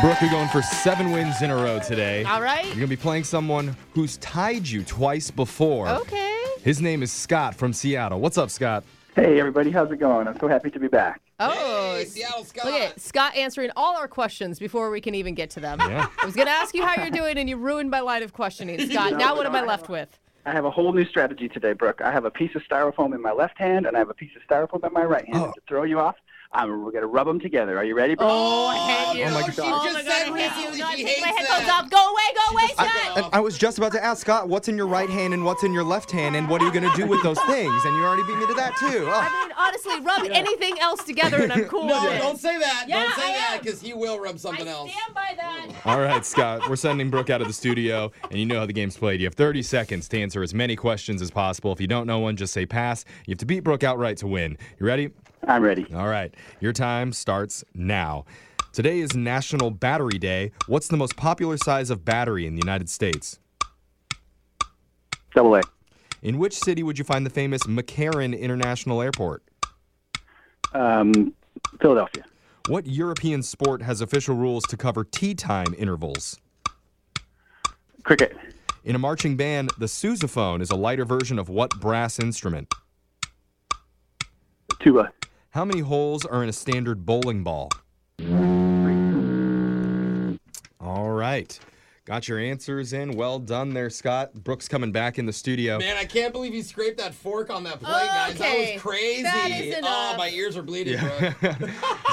Brooke, you're going for seven wins in a row today. All right. You're going to be playing someone who's tied you twice before. Okay. His name is Scott from Seattle. What's up, Scott? Hey, everybody, how's it going? I'm so happy to be back. Oh, Hey, s- Seattle Scott. look at Scott answering all our questions before we can even get to them. Yeah. I was going to ask you how you're doing, and you ruined my line of questioning, Scott. No, now what no, am I no. left with? I have a whole new strategy today, Brooke. I have a piece of styrofoam in my left hand, and I have a piece of styrofoam in my right hand. Oh. To throw you off, I'm going to rub them together. Are you ready, Brooke? Oh, I hate you. Oh, my God. Oh, my She just God, I said hate no. you. No, I'm She taking my hates headphones that. off. Go away, go away, Scott. I, I was just about to ask Scott, what's in your right hand and what's in your left hand, and what are you going to do with those things? And you already beat me to that, too. Oh. I mean, honestly, rub anything else together, and I'm cool No, with it. don't say that. Yeah, don't say I that am. because he will rub something I else. stand by that. All right, Scott, we're sending Brooke out of the studio, and you know how the game's played. You have 30 seconds to answer as many questions as possible. If you don't know one, just say pass. You have to beat Brooke outright to win. You ready? I'm ready. All right, your time starts now. Today is National Battery Day. What's the most popular size of battery in the United States? Double A. In which city would you find the famous McCarran International Airport? Um, Philadelphia. What European sport has official rules to cover tea time intervals? Cricket. In a marching band, the sousaphone is a lighter version of what brass instrument? Tuba. How many holes are in a standard bowling ball? All right. Got your answers in. Well done there, Scott. Brooks coming back in the studio. Man, I can't believe you scraped that fork on that plate, guys. That Okay. was crazy. That is oh, enough. my ears are bleeding, bro.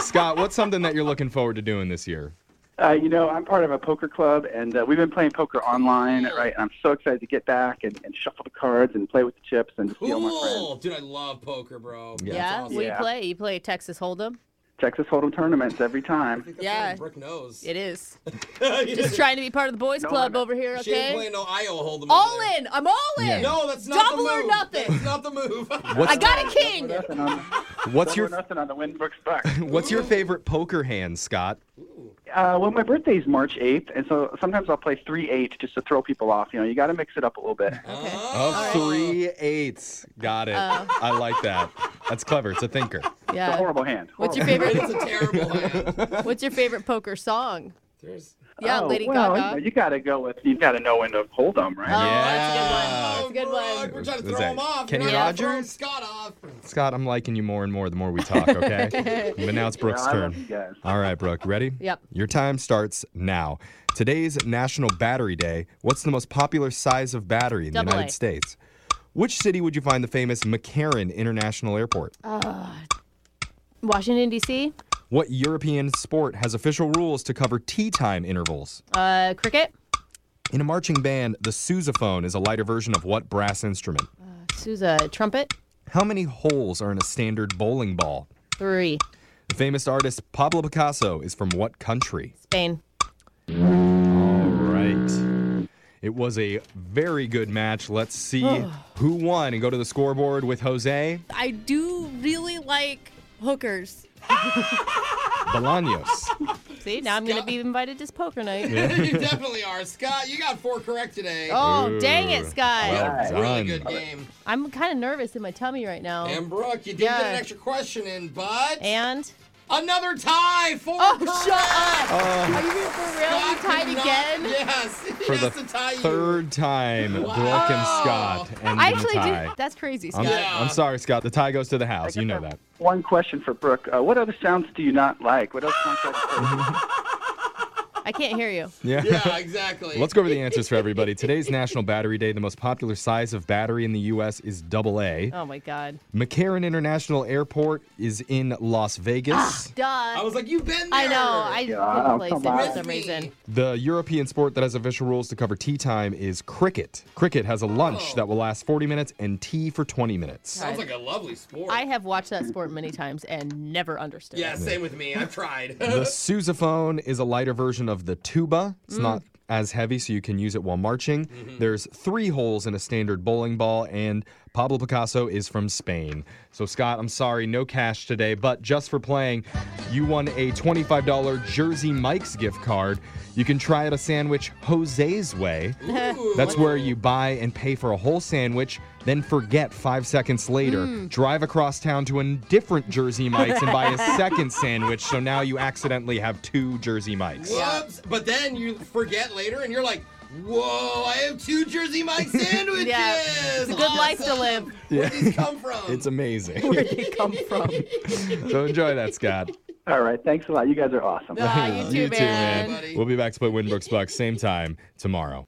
Scott, what's something that you're looking forward to doing this year? Uh, you know, I'm part of a poker club, and uh, we've been playing poker online, right? And I'm so excited to get back and, and shuffle the cards and play with the chips and just feel my friends. Cool. Dude, I love poker, bro. Yeah. Yeah, That's we Yeah. play. You play Texas Hold'em. Texas Hold'em tournaments every time. awesome. Yeah. Brooke knows. It is. Just Just trying to be part of the boys' No, club I'm- over here, She ain't okay? playing no Iowa hold them. All in. I'm all in. Yeah. No, that's not Double the or move. nothing. That's not the move. What's I got a king. Nothing on, what's double or your nothing on the Winbrook's buck. what's your favorite poker hand, Scot? Uh, well, my birthday's March 8th, and so sometimes I'll play 3 8 just to throw people off. You know, you got to mix it up a little bit. Okay. Of Oh. three eights. Got it. Oh. I like that. That's clever. It's a thinker. It's a Yeah. horrible hand. What's your Horrible. favorite? It's a terrible hand. What's your favorite poker song? There's... Yeah, Oh, Lady well, Gaga. You, got to go with, you got to know when to hold them, Oh, right? that's a good Brooke, one. That's a good Oh, We're trying to Was throw that him off. Kenny We're not throwing Rogers? Scott off. Scott, I'm liking you more and more the more we talk, okay? but now it's Brooke's I love turn. you guys. All right, Brooke, ready? Yep. Your time starts now. Today's National Battery Day. What's the most popular size of battery in Double the United A. States? Which city would you find the famous McCarran International Airport? Uh. one. Washington D.C. What European sport has official rules to cover tea time intervals? Uh, cricket. In a marching band, the sousaphone is a lighter version of what brass instrument? Sousa. Trumpet. How many holes are in a standard bowling ball? Three. The famous artist Pablo Picasso is from what country? Spain. All right. It was a very good match. Let's see who won and go to the scoreboard with Jose I do really like hookers. Bolaños. See, now I'm gonna be invited to poker night. you definitely are. Scott, you got four correct today. Oh, dang it, Scott. Well Really done. good game. I'm kind of nervous in my tummy right now. And Brooke, you did Oh. Yeah. get an extra question in, but And another tie. Four oh, correct. shut up! Uh, Are you for real? Scott You tied could not- again? Yes, he for the has to tie you. third time, Brooke and Scott ended I actually the tie. do. That's crazy, I'm, Scott. Yeah. I'm sorry, Scott. The tie goes to the house. You know that. One question for Brooke. Uh, what other sounds do you not like? What other sounds do you like? I can't hear you. Yeah. Yeah, exactly. Let's go over the answers for everybody. Today's National Battery Day. The most popular size of battery in the U.S. is double A. Oh my God. McCarran International Airport is in Las Vegas. Duh. I was like, you've been there. I know. I Yeah, couldn't oh, place come it for on. some reason. The European sport that has official rules to cover tea time is cricket. Cricket has a lunch Oh. that will last 40 minutes and tea for 20 minutes. Sounds like a lovely sport. I have watched that sport many times and never understood. Yeah, it. same with me. I've tried. The sousaphone is a lighter version of the tuba. It's not as heavy, so you can use it while marching. There's three holes in a standard bowling ball, and Pablo Picasso is from Spain. So, Scott, I'm sorry, no cash today, but just for playing, you won a $25 Jersey Mike's gift card. You can try out a sandwich Jose's Way. Ooh. That's where you buy and pay for a whole sandwich. then forget five seconds later, Hmm. drive across town to a different Jersey Mike's and buy a second sandwich. So now you accidentally have two Jersey Mike's. Whoops. But then you forget later and you're like, whoa, I have two Jersey Mike sandwiches. Yeah. It's a good life to Awesome. live. Where'd these come from? It's amazing. Where'd they come from? so enjoy that, Scott. All right. Thanks a lot. You guys are awesome. Ah, you too, man. Buddy. We'll be back to play Winbrook's Bucks same time tomorrow.